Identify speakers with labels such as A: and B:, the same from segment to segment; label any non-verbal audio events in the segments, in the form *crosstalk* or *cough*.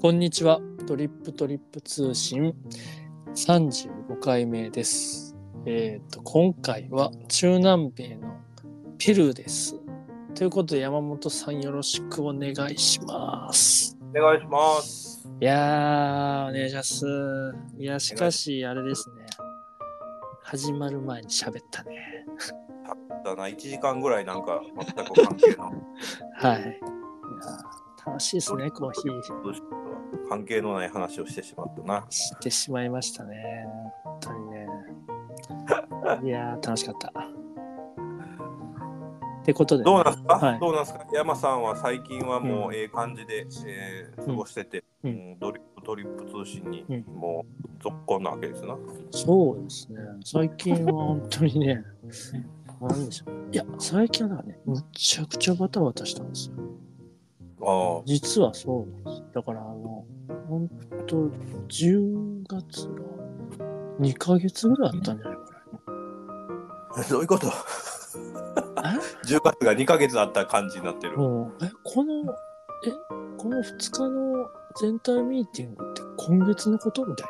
A: こんにちは。トリップトリップ通信35回目です。えっ、と、今回は中南米のペルーです。ということで、山本さんよろしくお願いします。
B: お願いします。
A: いやー、お願いします。いや、しかし、あれですね。始まる前に喋ったね。
B: だな、1時間ぐらいなんか全く関係の、
A: はい。いやー楽しいですね、コーヒー。
B: 関係のない話をしてしまったな。 *laughs*
A: してしまいましたね。本当にね。いやー、楽しかった。ってことで、ね、
B: どうなんすか、
A: はい
B: どうなんすか山さんは最近はも
A: う
B: うええ感じで、えー過ごしてて、
A: うん
B: もうドリップトリップ通信に
A: うん
B: もう続行なわけですな。
A: そうですね。最近は本当にね、なんでしょう。いや、最近はなんかね、むちゃくちゃバタバタしたんですよ。
B: あ
A: 実はそうなんです。だから、あの、本当10月の2ヶ月ぐらいあったんじゃないか
B: あ、 *laughs* どういうこと *laughs*
A: な。え
B: ?10 月が2ヶ月あった感じになってる。
A: もうえこのえこの2日の全体ミーティングって今月のことみたい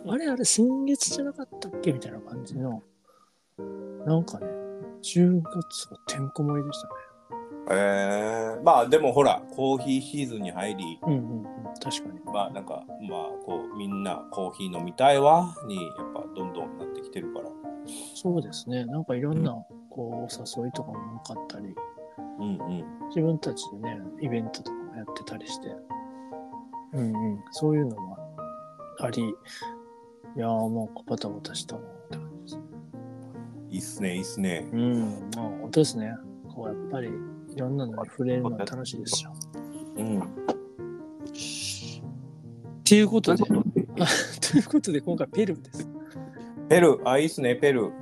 A: *laughs* なあれあれ先月じゃなかったっけみたいな感じのなんかね10月がてんこ盛りでしたね
B: えー、まあでもほら、コーヒーシーズンに入り、
A: うんうん、うん、確かに
B: まあなんか、まあこう、みんなコーヒー飲みたいわに、やっぱどんどんなってきてるから。
A: そうですねなんかいろんなこうお誘いとかも多かったり
B: うんうん。
A: 自分たちでねイベントとかもやってたりして、うんうん、そういうのもありいやーなんかバタバタしたなって感じですね
B: いいっすね、いいっすね。
A: うん、まあ本当ですね。こうやっぱりいろんなのに触れるのは楽しいですよ。
B: うん。
A: っていうことで、 *laughs* ということで今回ペルーです。
B: ペルー、あ、いいっすね、ペルー。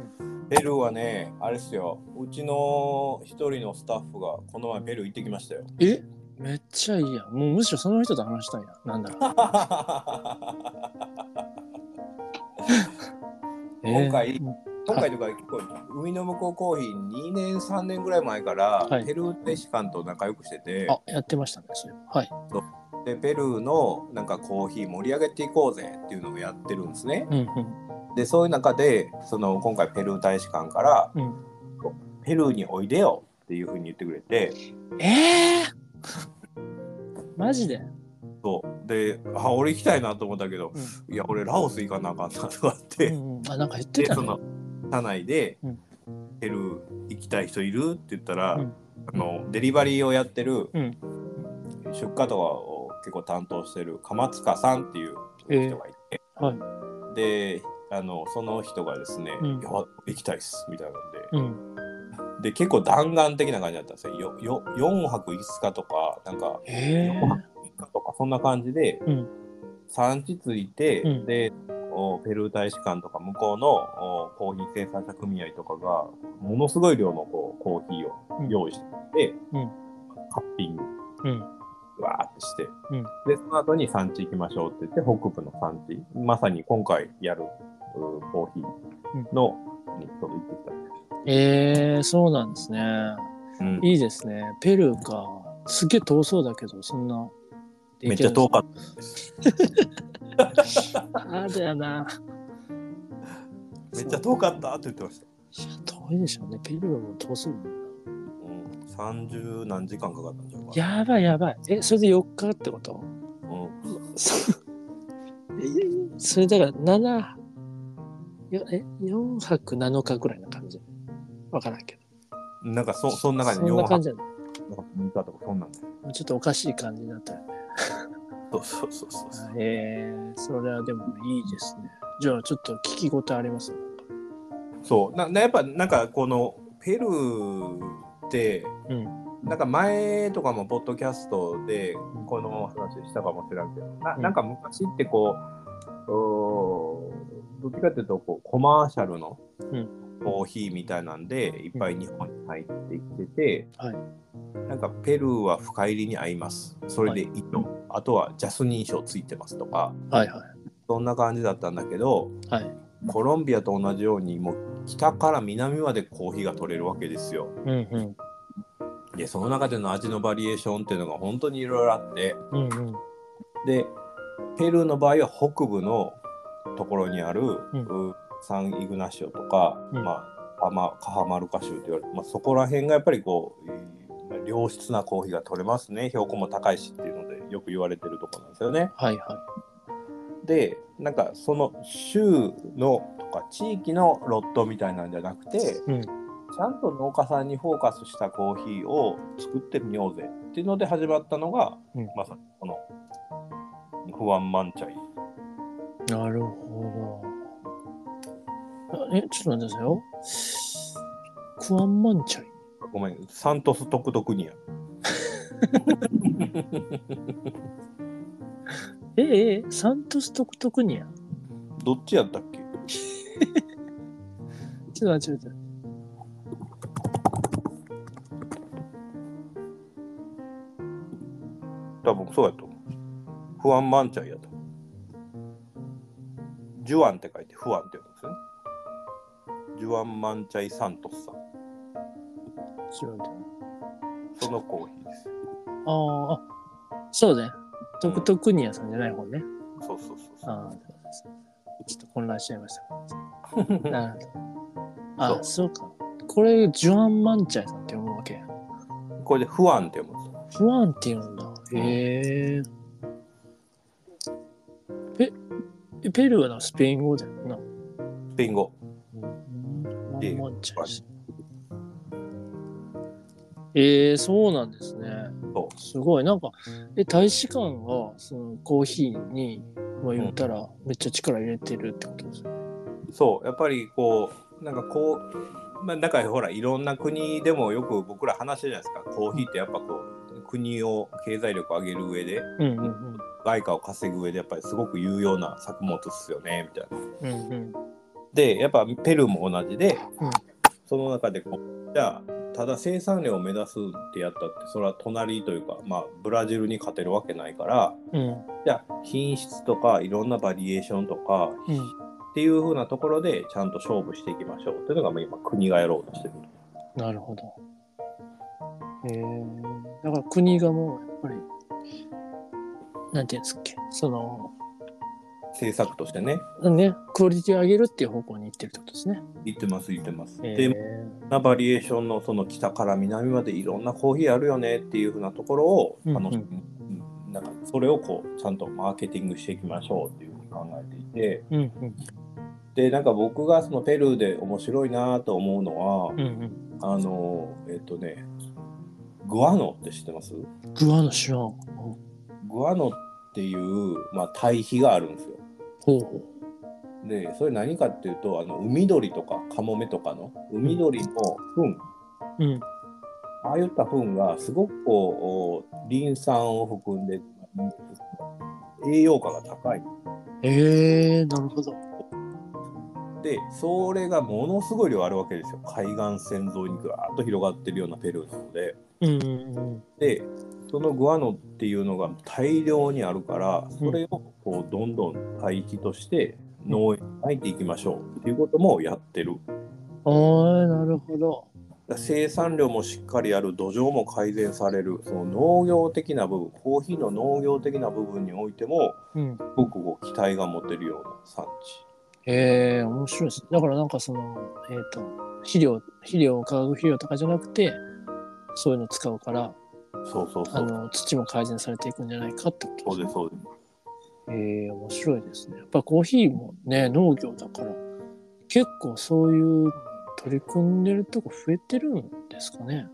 B: ペルーはね、あれっすよ、うちの一人のスタッフがこの前ペルー行ってきまし
A: *laughs*
B: たよ。
A: えめっちゃいいやん。もうむしろその人と話したいな。なんだろう。 *laughs*
B: 今
A: え
B: 回
A: ー
B: 今回とか結構、海の向こうコーヒー2年、3年ぐらい前から、
A: はい
B: ペルー大使館と仲良くしてて、
A: あ、やってましたね。それはい。
B: で、ペルーのなんかコーヒー盛り上げていこうぜっていうのをやってるんですね。
A: うん
B: で、そういう中で、その今回ペルー大使館から、
A: うんうん。
B: ペルーにおいでよっていうふうに言ってくれて、
A: えー、 *laughs* マジで、
B: そうであ俺行きたいなと思ったけど
A: う
B: いや俺ラオス行かなあかんなとかっ
A: ん
B: て、
A: うんうん、あ、なんか言って
B: で
A: た
B: そ
A: ね。
B: の社内で、
A: うん
B: ペルー行きたい人いるって言ったら、
A: うん
B: あのデリバリーをやってる、
A: うん
B: 出荷とかを結構担当してる鎌塚さんっていう
A: えー
B: 人がいて、
A: はい。
B: であのその人がですね「
A: うん
B: いや行きたいっす」みたいなので、
A: うん。
B: で結構弾丸的な感じだったんですよよよ4泊5日とかなんか
A: え
B: 4泊3日とかそんな感じで、
A: うん
B: 産地ついて、
A: うん
B: でおペルー大使館とか向こうのおコーヒー生産者組合とかがものすごい量のこうコーヒーを
A: うん
B: 用意してくれて、
A: うん
B: カッピング
A: ー、うん。
B: わーってして、
A: うん
B: でその後に産地行きましょうって言って北部の産地まさに今回やるうーコーヒーの、にちょっと行ってきたんで
A: えー、そうなんですね。
B: す、うん
A: いいですね。ペルーか。すげえ遠そうだけど、そんな。
B: めっちゃ遠かった
A: った。あだよな。
B: めっちゃ遠かったって言ってました、
A: いや遠いでしょうね。ペルーも遠そうだもんな。
B: うん、30何時間かかったんじゃうかな
A: やばいやばい。え、それで4日って
B: *laughs*
A: こと
B: うん
A: そえそれだから7、よえ、4泊7日ぐらいな感じ。わからんけど。
B: なんかそそんな感じ、
A: そんな感じだね
B: 4泊6日とかそんなんだよ
A: ちょっとおかしい感じだったよね。
B: そうそうそうそうそう。
A: えー、それはでもいいですね。じゃあちょっと聞き応えありますね
B: そうななやっぱなんかこのペルーって、
A: うん
B: なんか前とかもポッドキャストでこの話したかもしれないけど、な
A: うん
B: なんか昔ってこう、うーどっちかっていうとこうコマーシャルの
A: うん
B: コーヒーみたいなんでいっぱい日本に入ってきてて、
A: は
B: なんかペルーは深入りに合いますそれでいいと、あとはジャス認証ついてますとか
A: はいはい。
B: そんな感じだったんだけど、
A: はい。
B: コロンビアと同じようにもう北から南までコーヒーが取れるわけですよ。
A: うんうん。
B: でその中での味のバリエーションっていうのが本当にいろいろあって
A: うんうん。
B: でペルーの場合は北部のところにある、
A: ん
B: うサン・イグナシオとか、
A: うん
B: まあ、アマカハマルカ州と言われて、まあ、そこら辺がやっぱりこう、えーまあ良質なコーヒーが取れますね標高も高いしっていうのでよく言われてるところなんですよね。
A: はいは
B: でなんかその州のとか地域のロットみたいなんじゃなくて、
A: うん
B: ちゃんと農家さんにフォーカスしたコーヒーを作ってみようぜっていうので始まったのが、
A: うん
B: まさにこのフワンマンチャイ。
A: い。なるほど。あえ、ちょっと待ってくださいよ。クワンマンチャイ。
B: ごめん、サントス独特にや。
A: ええ、サントス独特にや。
B: どっちやったっけ
A: ちょっと待ってちょっと待
B: 多分そうやと思う。フワンマンチャイやと思う。ジュワンって書いてフワンって読むんですよね。ジュワンマンチャイサントスさん。
A: って。ちょっと待って
B: そのコーヒーです。
A: ああ、そうね。独特にやさんじゃない方ね。
B: そうそうそうそう。
A: ああ、ちょっと混乱しちゃいました。なるほど。あ、そうか。これ、ジュアン・マンチャイさんって読むわけ。
B: これでフワンって読むんですよ。
A: フワンって言うんだ。へえ。ペ、ペルーのスペイン語だよな。
B: スペイン語。
A: うん
B: で
A: マンチャイさん。ええそうなんですね。
B: そ
A: すごい。なんか、え、大使館が、その、コーヒーに、まあ言ったら、めっちゃ力入れてるってことですよね。
B: う。そう。やっぱりこう、なんかこう、まあ、だからほら、いろんな国でもよく僕ら話してるじゃないですか。コーヒーってやっぱこう、国を経済力上げる上で、
A: うんうん
B: 外貨を稼ぐ上でやっぱりすごく有用な作物っすよねみたいな。
A: うん。うんうん。
B: でやっぱペルーも同じで、
A: うん
B: その中でこうじゃあただ生産量を目指すってやったってそれは隣というか、まあ、ブラジルに勝てるわけないから
A: うん
B: じゃあ品質とかいろんなバリエーションとか
A: うん。
B: っていう風なところでちゃんと勝負していきましょうっていうのがまあ今国がやろうとしてる。
A: なるほど。えだから国がもう、やっぱり、なんていうんですっけ、その、
B: 政策としてね
A: ね、クオリティを上げるっていう方向に行ってるってことですね。
B: 言ってます言ってます。
A: え
B: でなバリエーションのその北から南までいろんなコーヒーあるよねっていうふうなところを、
A: うんうん
B: あのなんかそれをこうちゃんとマーケティングしていきましょうっていうふうに考えていて
A: うんうん
B: でなんか僕がそのペルーで面白いなと思うのは、
A: うん
B: あのえっとねグアノって知ってます
A: うん。グアの知らん。ほ
B: グアノっていう、まあ、対比があるんですよ。
A: うほ
B: でそれ何かっていうとあの海鳥とかカモメとかの海鳥の糞
A: う。うん。
B: ああいった糞がすごくこうおリン酸を含んで栄養価が高い
A: えー、なるほど。
B: でそれがものすごい量あるわけですよ海岸線沿いにぐわーっと広がってるようなペルーなので
A: うんうんうん。
B: でそのグアノっていうのが大量にあるからそれをこうどんどん堆肥として農園に入っていきましょうっていうこともやってる
A: あー、なるほど。
B: 生産量もしっかりある土壌も改善されるその農業的な部分コーヒーの農業的な部分においても
A: うん。
B: すごくこう期待が持てるような産地。
A: えー、面白いです。だからなんかその、えっ、と、肥料、肥料、化学肥料とかじゃなくて、そういうの使うから、
B: そうそうそ
A: あ
B: う。
A: の土も改善されていくんじゃないかってこと
B: そうです
A: ね。
B: そうです。
A: ええ面白いですね。やっぱコーヒーもね農業だから結構そういう取り組んでるとこ増えてるんですかね。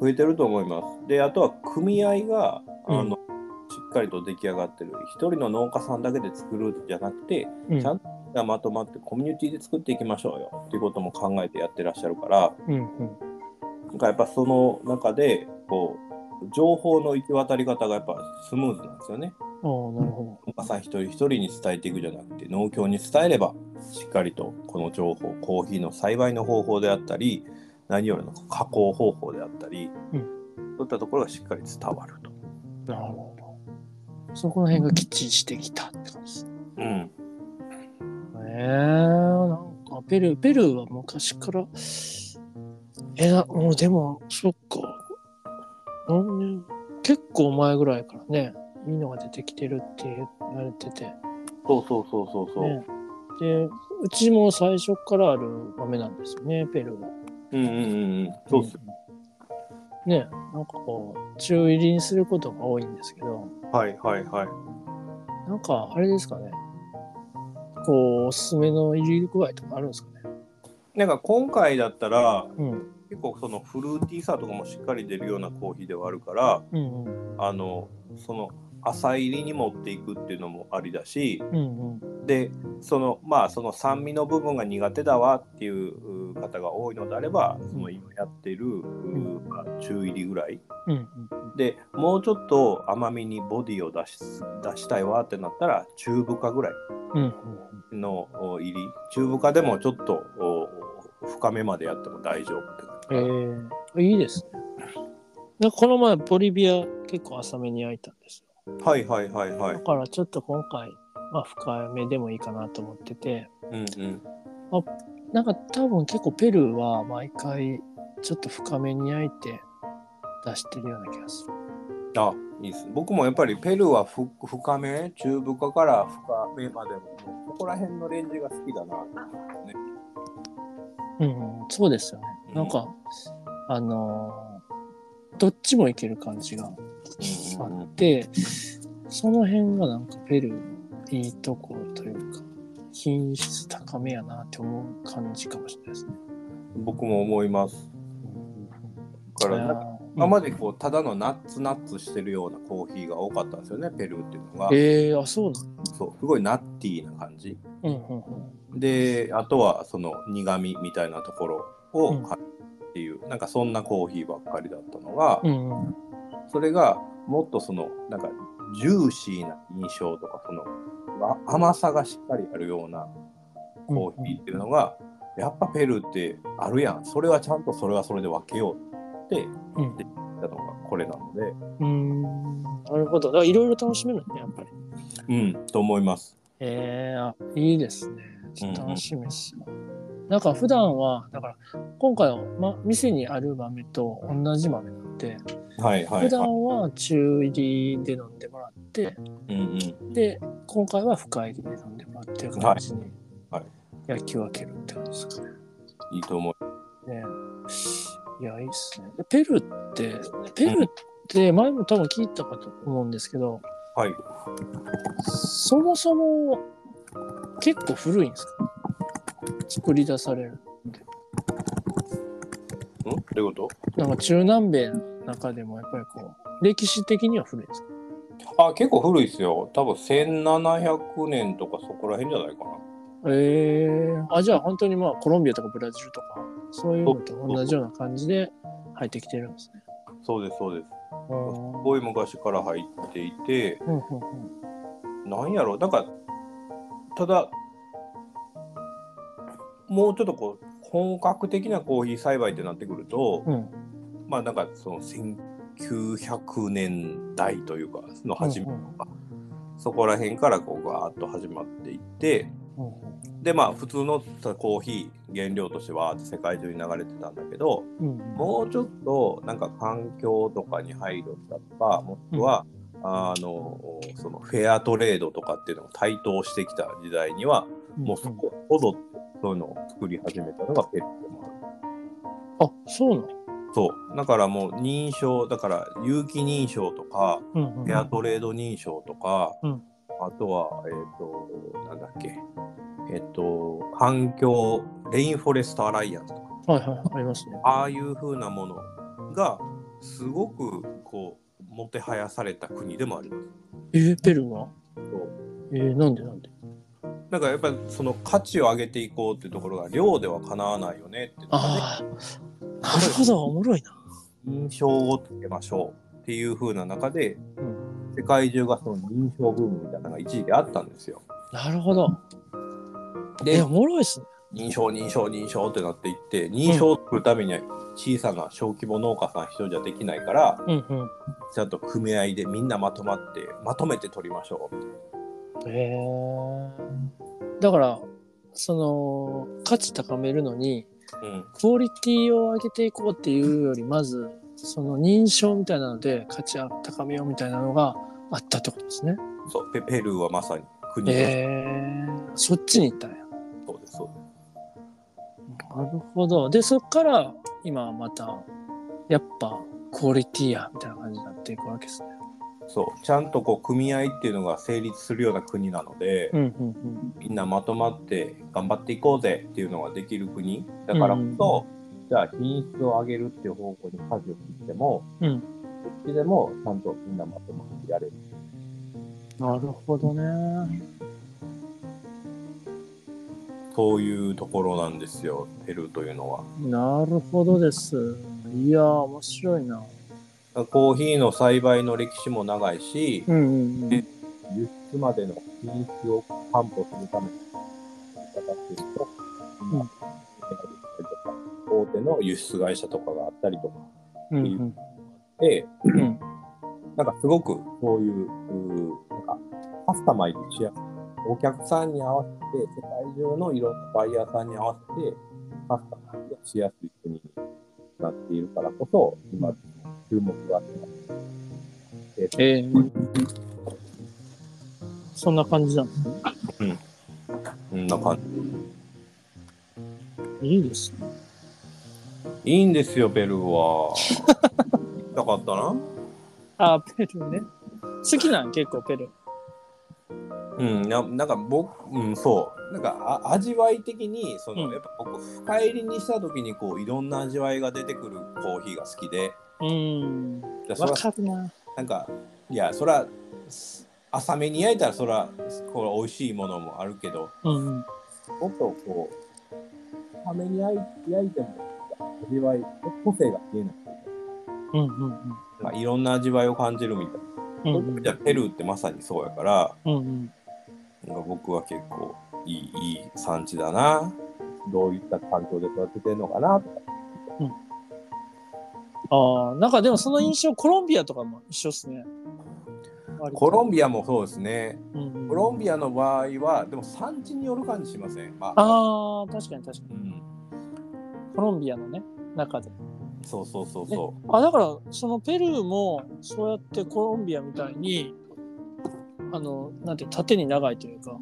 B: 増えてると思います。であとは組合があ
A: うん
B: の、しっかりと出来上がってる一人の農家さんだけで作るんじゃなくて
A: うん
B: ちゃんまとまってコミュニティで作っていきましょうよっていうことも考えてやってらっしゃるから
A: うんうん。
B: なんかやっぱその中でこう情報の行き渡り方がやっぱスムーズなんですよね。
A: ああなるほ
B: 農家さん一人一人に伝えていくじゃなくて農協に伝えればしっかりとこの情報コーヒーの栽培の方法であったり何よりの加工方法であったり、
A: うん
B: そういったところがしっかり伝わると。
A: ど。なるほど。そこら辺がきっちりしてきたって感じですね。
B: うん、
A: ええなんかペルーペルーは昔からえなもうでもそっか何年結構前ぐらいからね、いいのが出てきてるって言われてて、ね、
B: そうそうそうそうそう。
A: で、うちも最初からある豆なんですよね、ペルーは。
B: うんうんうんうん。そうっすよ。
A: うんね、なんかこう、中入りにすることが多いんですけど、
B: はいはいはい。
A: なんかあれですかね、こう、おすすめの入り具合とかあるんですかね。
B: なんか今回だったら
A: うん、
B: 結構そのフルーティーさとかもしっかり出るようなコーヒーではあるから、
A: うん、うん、
B: あのその浅入りに持っていくっていうのもありだし、
A: うん、
B: でそのまあその酸味の部分が苦手だわっていうう方が多いのであればその今やっている、うまあ中入りぐらい
A: うん、うん、
B: でもうちょっと甘みにボディを出し出したいわってなったら中深ぐらい
A: うん、うん、
B: のお入り中深でもちょっとお深めまでやっても大丈夫って感
A: え
B: じ、
A: ー、いいですね。なんかこの前、ボリビア結構浅めに焼いたんですよ。
B: はいはいはいは
A: だ
B: い
A: からちょっと今回、まあ深めでもいいかなと思ってて、
B: うんうん
A: なんか多分結構ペルーは毎回ちょっと深めに焼いて出してるような気がする。
B: あいいです僕もやっぱりペルーはふ深め中深から深めまでももうここら辺のレンジが好きだな
A: うん、うん、そうですよね。なんか、あのーどっちもいける感じがあ
B: うんうんうん
A: って、その辺がなんかペルーのいいところというか、品質高めやなって思う感じかもしれないですね。
B: 僕も思います。だからなんか
A: うん
B: 今までこうただのナッツナッツしてるようなコーヒーが多かったんですよねペルーっていうのが
A: えー、あ、そうな
B: そうすごいナッティーな感じ
A: のうんうんうん。
B: であとはその苦味みたいなところを感じるっていう、なんかそんなコーヒーばっかりだったのが、
A: うんうん
B: それがもっとそのなんかジューシーな印象とかそのわ甘さがしっかりあるようなコーヒーっていうのが、やっぱペルーってあるやんそれはちゃんとそれはそれで分けようって
A: うん
B: やったのがこれなので
A: うん、なるほど。だからいろいろ楽しめるね、やっぱり。
B: うんと思います。
A: えー、あいいですね。ちょっと
B: うんうん
A: 楽しみですよ。なんか普段は、だから今回は、ま、店にある豆と同じ豆なんで、
B: はいはい
A: 普
B: はい。
A: 段は中入りで飲んでもらって、
B: うんうん、
A: で、今回は深入りで飲んでもらってる感じに
B: はいはい
A: 焼き分けるって感じですかね。
B: いいと思う。
A: ねいや、いいっすね。でペルーって、ペルーって前も多分聞いたかと思うんですけど、
B: はい。
A: そもそも結構古いんですか作り出される。
B: んどういうこと
A: なんか中南米の中でもやっぱりこう、歴史的には古いんですか
B: あ結構古いですよ。多分1700年とかそこら辺じゃないかな。
A: えー、あ、じゃあ本当にまあコロンビアとかブラジルとか、そういうのと同じような感じで入ってきてるんですね。
B: そうですそうで
A: う
B: す。
A: ん
B: すごい昔から入っていて、
A: うんうん
B: なんやろう、なんか、ただ、もうちょっとこう、本格的なコーヒー栽培ってなってくると、
A: うんうん
B: まあなんかその1900年代というか、その始め、
A: うんうん
B: そこら辺からこうガーッと始まっていって、
A: うん
B: でまあ普通のコーヒー原料としてわーって世界中に流れてたんだけど
A: うん
B: もうちょっとなんか環境とかに配慮したとかもしくは、あのそのフェアトレードとかっていうのを台頭してきた時代にはもうそこほどそういうのを作り始めたのがペルーでもあ
A: あ、
B: る。
A: そうなの
B: そうだからもう認証だから有機認証とか
A: うんうん
B: フェアトレード認証とか、
A: うん
B: あとは、えっ、と、なんだっけ、えっ、と、環境、レインフォレストアライアンスとか、
A: はいはい、ありますね。
B: ああいう風なものが、すごく、こう、もてはやされた国でもあります。
A: えー、ペルーは
B: そう
A: えー、なんでなんで
B: なんかやっぱりその価値を上げていこうっていうところが量ではかなわないよねっていうのがね
A: ああ、なるほど、おもろいな。
B: 印象をつけましょうっていう風な中で、
A: う
B: 世界中がその認証ブームみたいなのが一時期あったんですよ。
A: なるほど。
B: で
A: え、おもろいっすね。
B: 認証認証認証ってなっていって認証を作るためには小さな小規模農家さん一人じゃできないから
A: うんうん。
B: ちゃんと組合でみんなまとまってまとめて取りましょう
A: へえ。だから、その、価値高めるのに、
B: うん
A: クオリティを上げていこうっていうより、まず、その認証みたいなので価値を高めようみたいなのがあったってことですね。
B: そうペペルーはまさに国の
A: えー、そっちに行ったんや。
B: そうですそうです
A: なるほど。で、そっから今また、やっぱクオリティや、みたいな感じになっていくわけですね。
B: そうちゃんとこう組合っていうのが成立するような国なので、
A: うんうん
B: みんなまとまって頑張っていこうぜっていうのができる国だからこそ、じゃあ品質を上げるっていう方向に舵を切っても
A: うん。うん。
B: こっちでもちゃんとみんなまとまってやれる
A: なるほどね。
B: そういうところなんですよペルーというのは。
A: なるほどです。いやー、面白いな。
B: コーヒーの栽培の歴史も長いし、
A: うんうんうん。
B: 輸出までの品質を担保するためのやり方っていうと、
A: うん
B: まあ大手の輸出会社とかがあったりとか
A: うんうん
B: で、
A: うん
B: なんかすごくそういう、うーなんかカスタマイズしやすい。お客さんに合わせて、世界中のいろんなバイヤーさんに合わせて、カスタマイズがしやすい国になっているからこそ、今、注目が集まって
A: えー、そんな感じなんですね。
B: こんな感
A: いいですね。
B: じ。いいんですよ、ベルーは。行きたかったな。
A: あ、ペルーね。好きなん結構ペルー。
B: うん、ななんか僕、うん、そう、なんかあ味わい的に、その、
A: うん
B: やっぱ僕、深入りにした時に、こう、いろんな味わいが出てくるコーヒーが好きで、
A: うん。
B: じゃあそれ
A: わ
B: は
A: かるな。
B: なんかいやそらす浅めに焼いたらそらこれ美味しいものもあるけど
A: うんうん。
B: もっとこう浅めに焼い焼いても味わい個性が見えない、
A: うんうん
B: まあ、いろんな味わいを感じるみた
A: う
B: い
A: ん。う
B: な、
A: んうん
B: じゃペルーってまさにそうやから
A: うんうん。
B: なんか僕は結構いいいい産地だなどういった環境で育ててるのかなとか
A: ああ、なんかでもその印象、コロンビアとかも一緒ですね。
B: コロンビアもそうですね
A: ビア、うんうん
B: コロンビアの場合はでも産地による感じしません、まあ
A: ああ、確かに確か
B: う
A: に。
B: ん、
A: コロンビアのね、中で。
B: そうそうそうそう
A: あ、だから、そのペルーも、そうやってコロンビアみたいに、あの、なんていう、縦に長いというか、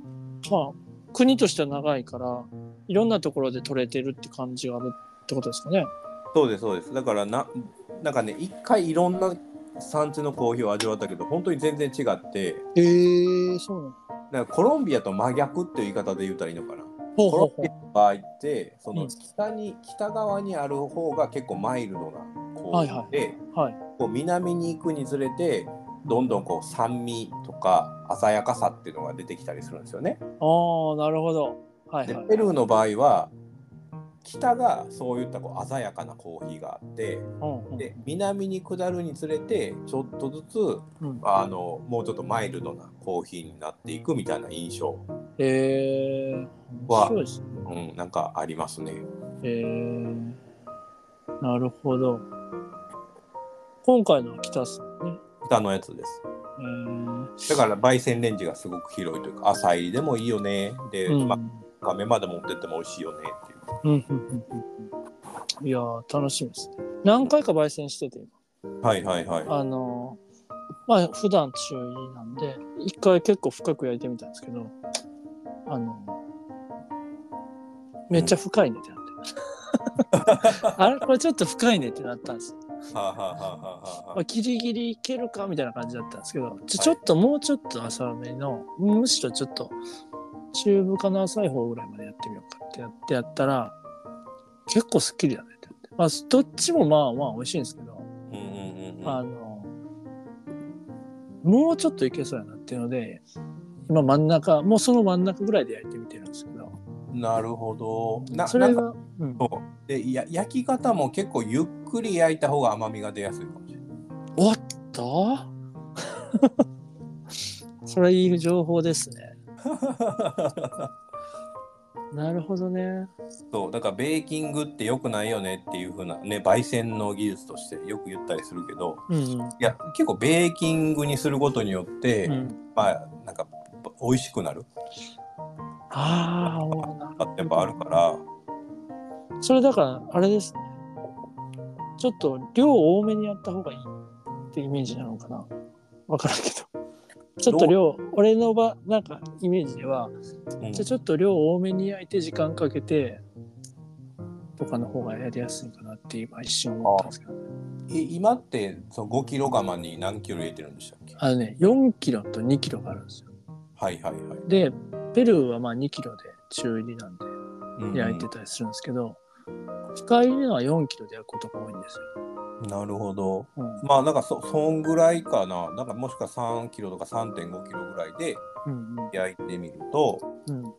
A: まあ、国としては長いから、いろんなところで取れてるって感じがあるってことですかね。
B: そうですそうですだからななんかね一回いろんな産地のコーヒーを味わったけど本当に全然違って
A: ええそうなの。
B: なんかコロンビアと真逆っていう言い方で言ったらいいのかな
A: ほう
B: コ
A: ほう
B: ロ
A: ほ
B: ン
A: う
B: ビア。の場合ってそ
A: うん
B: の北に、北側にある方が結構マイルドなコーヒーで、
A: はい。
B: こう南に行くにつれてどんどんこう酸味とか鮮やかさっていうのが出てきたりするんですよね。
A: ああ、なるほど。はい
B: で
A: はい。
B: ペルーの場合は北がそういったこう鮮やかなコーヒーがあって
A: うんうん
B: で南に下るにつれてちょっとずつ
A: うん、
B: あのもうちょっとマイルドなコーヒーになっていくみたいな印象、
A: ええ面
B: は
A: 白いですね。
B: うん、なんかありますね。
A: えー、なるほど。今回のは北っすね。
B: 北のやつです
A: えー
B: だから焙煎レンジがすごく広いというか浅入りでもいいよねで、
A: うん
B: まあ、深めまで持ってっても美味しいよねっていう
A: うんうんうんうんいやー楽しみですね。何回か焙煎してて
B: はいはいはい
A: あのーまあ普段中意なんで一回結構深く焼いてみたんですけどあのーめっちゃ深いねってなってあれこれちょっと深いねってなったんですよ
B: はあはあはあはあ
A: まあ、ギリギリいけるかみたいな感じだったんですけど、ちょちょっともうちょっと浅めの、むしろちょっと中部かな浅い方ぐらいまでやってみようかってやってやったら、結構すっきりだねってなって。まあ、どっちもまあまあ美味しいんですけど、
B: うんうんうん
A: あの、もうちょっといけそうやなっていうので、今真ん中、もうその真ん中ぐらいで焼いてみてるんですけど、
B: うんなるほどな
A: それ
B: なんか
A: が、うん、
B: そうでや焼き方も結構ゆっくり焼いた方が甘みが出やすいかもしれない
A: おっと *laughs* それいい情報ですね。
B: *laughs*
A: なるほどね。
B: そうだからベーキングって良くないよねっていう風なね焙煎の技術としてよく言ったりするけど
A: うん
B: いや結構ベーキングにすることによって、
A: うん。うん、
B: まあなんか美味しくなる
A: ああ、なる
B: あってやっぱあるから
A: それだから、あれですね。ちょっと量多めにやった方がいいってイメージなのかなわからんけどちょっと量俺の場なんかイメージでは
B: うん
A: じゃあちょっと量多めに焼いて時間かけてとかの方がやりやすいかなって今一瞬思ったんですけど
B: え今ってその5キロ釜に何キロ入れてるんでしたっけ
A: あのね4キロと2キロがあるんですよ
B: はいはいはい
A: でペルーはまあ2キロで中入りなんで
B: うんうん。
A: 焼いてたりするんですけど、深入りのは4キロで焼くことが多いんですよ、
B: なるほど。
A: うん
B: まあなんかそそんぐらいかな。なんかもしくは3キロとか3.5キロぐらいで
A: うんうん
B: 焼いてみると
A: うん。ま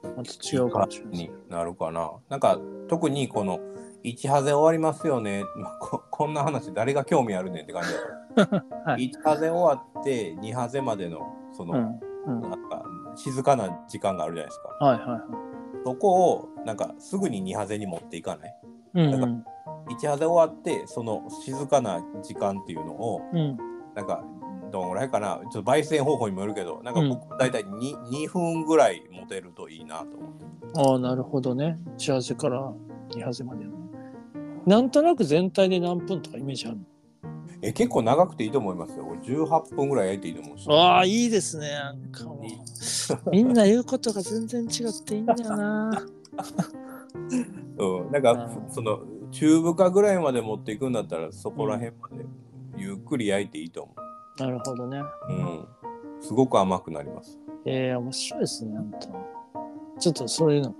A: た違うかもしれない
B: に
A: です。
B: なるかな。なんか特にこの「一ハゼ終わりますよね」まあここんな話誰が興味あるねんって感じだ
A: *laughs*
B: か
A: は
B: ら。
A: い。
B: 一ハゼ終わって二ハゼまでのその、
A: うん。うん。はい
B: なんか静かな時間があるじゃないですか。
A: はいは
B: そこをなんかすぐに二ハゼに持っていかない。
A: い。うんうん。
B: 一ハゼ終わってその静かな時間っていうのを
A: うん。
B: なんかどんぐらいかなちょっと焙煎方法にもよるけどなんか
A: うん
B: 僕大体 2,、2分ぐらい持てるといいなと思って
A: ああ、なるほどね。幸せから二ハゼまでやね。なんとなく全体で何分とかイメージある
B: え結構長くていいと思いますよ俺18分ぐらい焼いていいと思うし
A: のああ、いいですね。なんかもう。みんな言うことが全然違っていいんだよ *laughs* な。
B: うん、なんか、
A: うん
B: その中部かぐらいまで持っていくんだったらそこら辺までゆっくり焼いていいと思
A: なるほどね。
B: う、うん、すごく甘くなります
A: ええー、面白いですね。本当ちょっとそういうの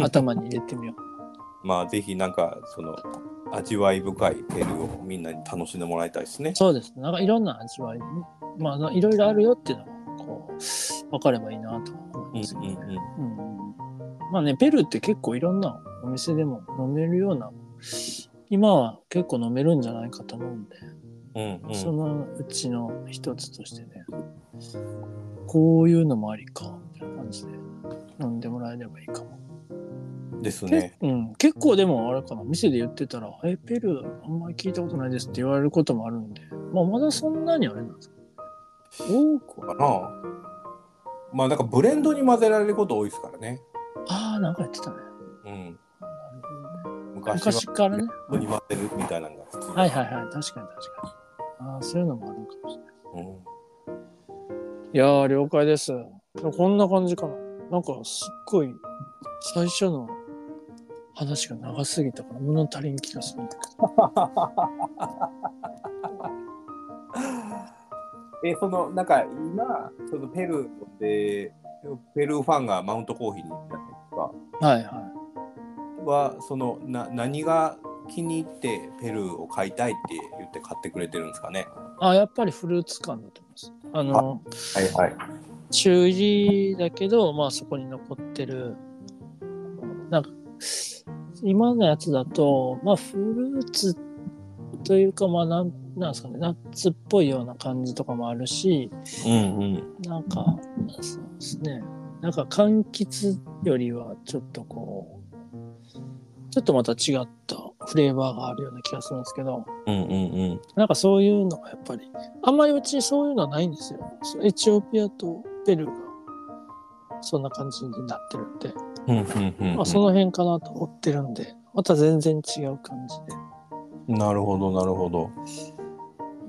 A: 頭に入れてみよう。
B: まあぜひなんかその味わい深いペルをみんなに楽しんでもらいたいですね
A: そうですね。なんかいろんな味わいでね。まああの、いろいろあるよっていうのが、こう、わかればいいなと思
B: う
A: い
B: ん
A: ますけどね。
B: うんうん
A: うんまあね、ペルーって結構いろんなお店でも飲めるような、今は結構飲めるんじゃないかと思うんで、
B: うんうん
A: そのうちの一つとしてね、こういうのもありか、みたいな感じで飲んでもらえればいいかも。
B: ですね
A: けうん、結構でもあれかな、店で言ってたら、え、ペルーあんまり聞いたことないですって言われることもあるんで、まあまだそんなにあれなんですか多くは。
B: かなまあなんかブレンドに混ぜられること多いですからね、
A: ああ、なんかやってたね。
B: うん、
A: なるほどね
B: 昔は
A: 昔からね。
B: ブレンドに混ぜるみたいなのが普通、
A: はいはいはい、確かに確かに。ああ、そういうのもあるかもしれない。
B: うん
A: いやー、了解です。こんな感じかな。なんか、すっごい、最初の話が長すぎたから、物足りん気がするんだけど。
B: えそのなんか今そのペルーでペルーファンがマウントコーヒーに行ったじゃないですか
A: はいは
B: はそのな何が気に入ってペルーを買いたいって言って買ってくれてるんですかね
A: い。あやっぱりフルーツ感だと思います。あの、
B: はいはい
A: 中入りだけど、まあそこに残ってる、なんか、今のやつだと、まあフルーツというか、まあなん、なんですかね、ナッツっぽいような感じとかもあるし、
B: うんうん
A: なんか、そうですね。なんか柑橘よりはちょっとこう、ちょっとまた違ったフレーバーがあるような気がするんですけど、
B: うんうんうん
A: なんかそういうのがやっぱり、あんまりうちそういうのはないんですよ。そうエチオピアとペルーがそんな感じになってるんで、
B: うんうん
A: まあその辺かなと思ってるんで、また全然違う感じ
B: なるほどなるほど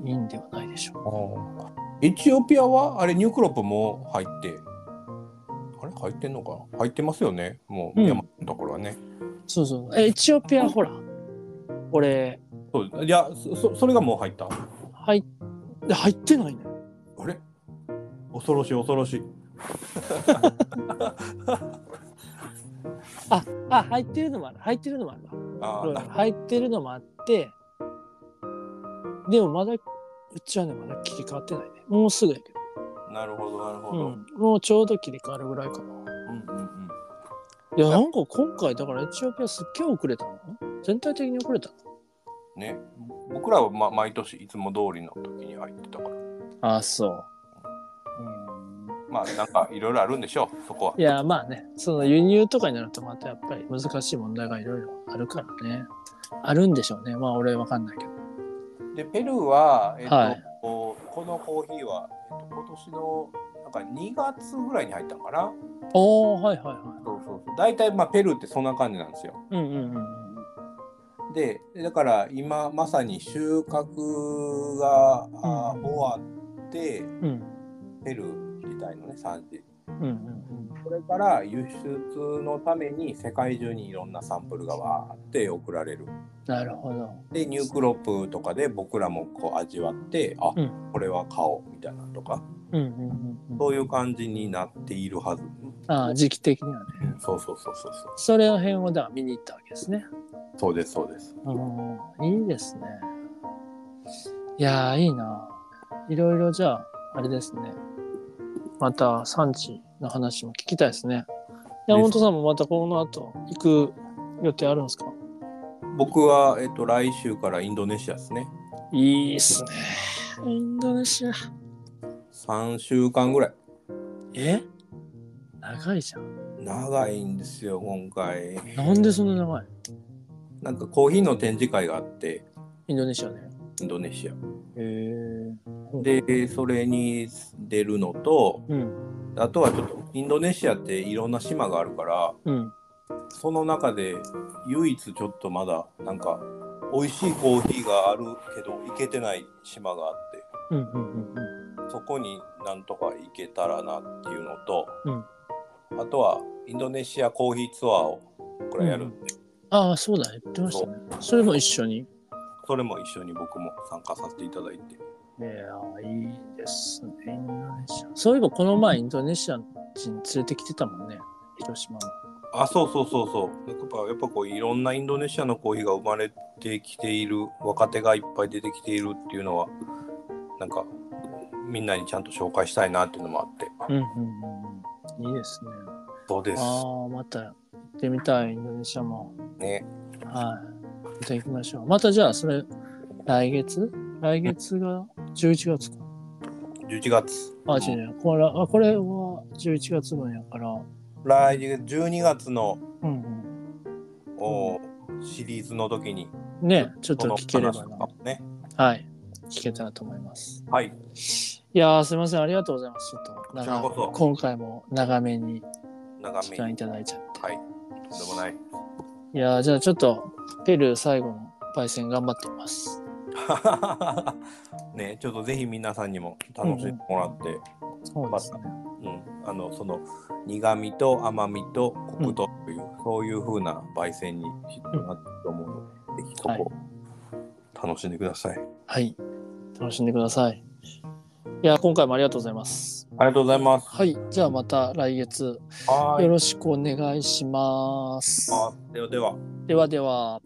A: でいいんではないでしょうか。
B: エチオピアはあれニュークロップも入ってあれ入ってんのかな入ってますよねもう
A: うん
B: ミャンマーのところはね、
A: そうそう。えエチオピアほら、俺、
B: そういやそそそれがもう入った
A: 入っ、入ってないね。
B: あれ恐ろしい恐ろしい
A: あ、あ、入ってるのもある。入ってるのもあるわ。
B: あ
A: そう
B: ー
A: だ
B: な
A: 入ってるのもあって、でもまだ、うちはね、まだ切り替わってないね。もうすぐやけ
B: なるほどなるほ
A: ど。
B: ど、
A: うん。もうちょうど切り替わるぐらいかな。
B: うんうんうん
A: いや、なんか今回、だからエチオピアすっげえ遅れたの全体的に遅れたの
B: ね僕らは、ま、毎年いつも通りの時に入ってたから
A: あ、そう。
B: まあなんかいろいろあるんでしょうそ *laughs* こはい
A: や、まあね、その輸入とかになるとまたやっぱり難しい問題がいろいろあるからね。あるんでしょうね。まあ俺わかんないけど。
B: でペルーは、えっと
A: はい
B: こうこのコーヒーは、えっと、今年のなんか2月ぐらいに入ったのかな
A: おー、はいはいは
B: そうそうそう大体まあペルーってそんな感じなんですよ
A: い。うんうんうんうん。
B: でだから今まさに収穫が、あ
A: う
B: ー
A: ん
B: 終わって
A: うん
B: ペルー自体のね産地
A: うんうん
B: これから輸出のために世界中にいろんなサンプルがわーって送られる
A: なるほど
B: でニュークロップとかで僕らもこう味わってあ、
A: うん
B: これは買おうみたいなとか
A: うんうんうんうん
B: そういう感じになっているはず、
A: ああ時期的にはね
B: うんそうそうそうそうそう
A: それら辺をだから見に行ったわけですね
B: そうですそうです
A: うんいいですねいやーいいないろいろじゃああれですねまた産地の話も聞きたいですね山本さんもまたこの後行く予定あるんですか
B: 僕は、えっと、来週からインドネシアですね
A: いいっすねインドネシア
B: 3週間ぐらい
A: え長いじゃん
B: 長いんですよ今回
A: なんでそんな長い
B: なんかコーヒーの展示会があって
A: インドネシアね
B: インドネシア
A: へえ
B: でそれに出るのと
A: うん
B: あとはちょっとインドネシアっていろんな島があるから
A: うん
B: その中で唯一ちょっとまだなんか美味しいコーヒーがあるけど行けてない島があって
A: うんうんうんうん
B: そこになんとか行けたらなっていうのと、あとはインドネシアコーヒーツアーを僕らやるんで、
A: ああそうだ言ってましたねそれも一緒に
B: それも一緒に僕も参加させていただいて
A: いやーいいですね、インドネシア。そういえばこの前、インドネシア人連れてきてたもんね、広島の。
B: あそうそうそうそうやっぱやっぱこういろんなインドネシアのコーヒーが生まれてきている若手がいっぱい出てきているっていうのはなんかみんなにちゃんと紹介したいなっていうのもあって
A: うんうんうん。いいですね。
B: そうで
A: あ
B: す
A: あ、また行ってみたい、インドネシアも。
B: ね
A: はい。また行きましょう。またじゃあ、それ、来月来月が11月か。
B: 11月
A: あ、違う違う。これあこれは11月分やから。う
B: 来月12月の
A: ん
B: おシリーズの時に
A: うん。ね、ちょっ
B: ことの
A: 聞ければ
B: 話と
A: な
B: か。もね
A: はい。聞けたらと思います。
B: はい
A: いやーすみません、ありがとうございます。ちょっと
B: こちらこそ
A: 今回も長めに
B: 長
A: 時
B: め
A: 間い
B: に
A: ただいちゃって。
B: はいとんでもない *laughs*
A: いやーじゃあちょっと、ペルー最後の焙煎頑張ってみます。
B: ねちょっとぜひ皆さんにも楽しんでもらって、
A: そうですね。
B: うん、あのその苦味と甘みとコクとという、そういう風な焙煎に必要になってると思うので、ぜひそ
A: はい
B: こを楽しんでください。
A: はい。楽しんでください。いやー今回もありがとうございます。
B: ありがとうございます。
A: はい。じゃあまた来月、
B: はー
A: よ
B: い。
A: ろしくお願いします。
B: あではでは。
A: ではでは。